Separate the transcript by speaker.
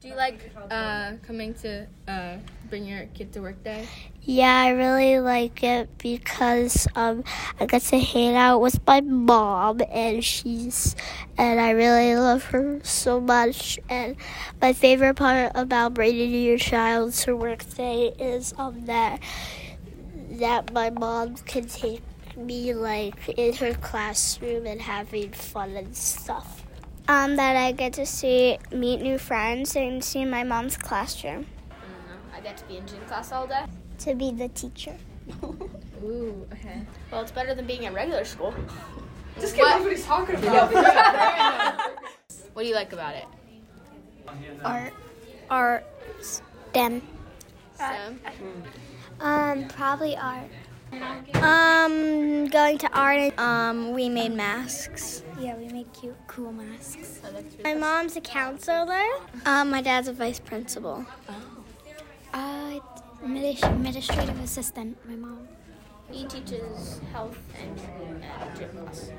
Speaker 1: Do you like uh, coming to uh, bring your kid to work day?
Speaker 2: Yeah, I really like it because um, I get to hang out with my mom, and she's and I really love her so much. And my favorite part about bringing your child to work day is um that that my mom can take me like in her classroom and having fun and stuff. Um, that I get to see meet new friends and see my mom's classroom.
Speaker 3: I get to be in gym class all day.
Speaker 2: To be the teacher.
Speaker 1: Ooh, okay.
Speaker 3: Well, it's better than being at regular school.
Speaker 4: Just kidding, what? nobody's talking about it.
Speaker 3: What do you like about it?
Speaker 2: Art. Art. STEM.
Speaker 3: STEM.
Speaker 2: Um, probably art. Um, going to art. Um, we made masks. Yeah, we made cute, cool masks. My mom's a counselor. Um, my dad's a vice principal.
Speaker 5: Uh, administrative assistant, my mom.
Speaker 3: He teaches health and, and gym class.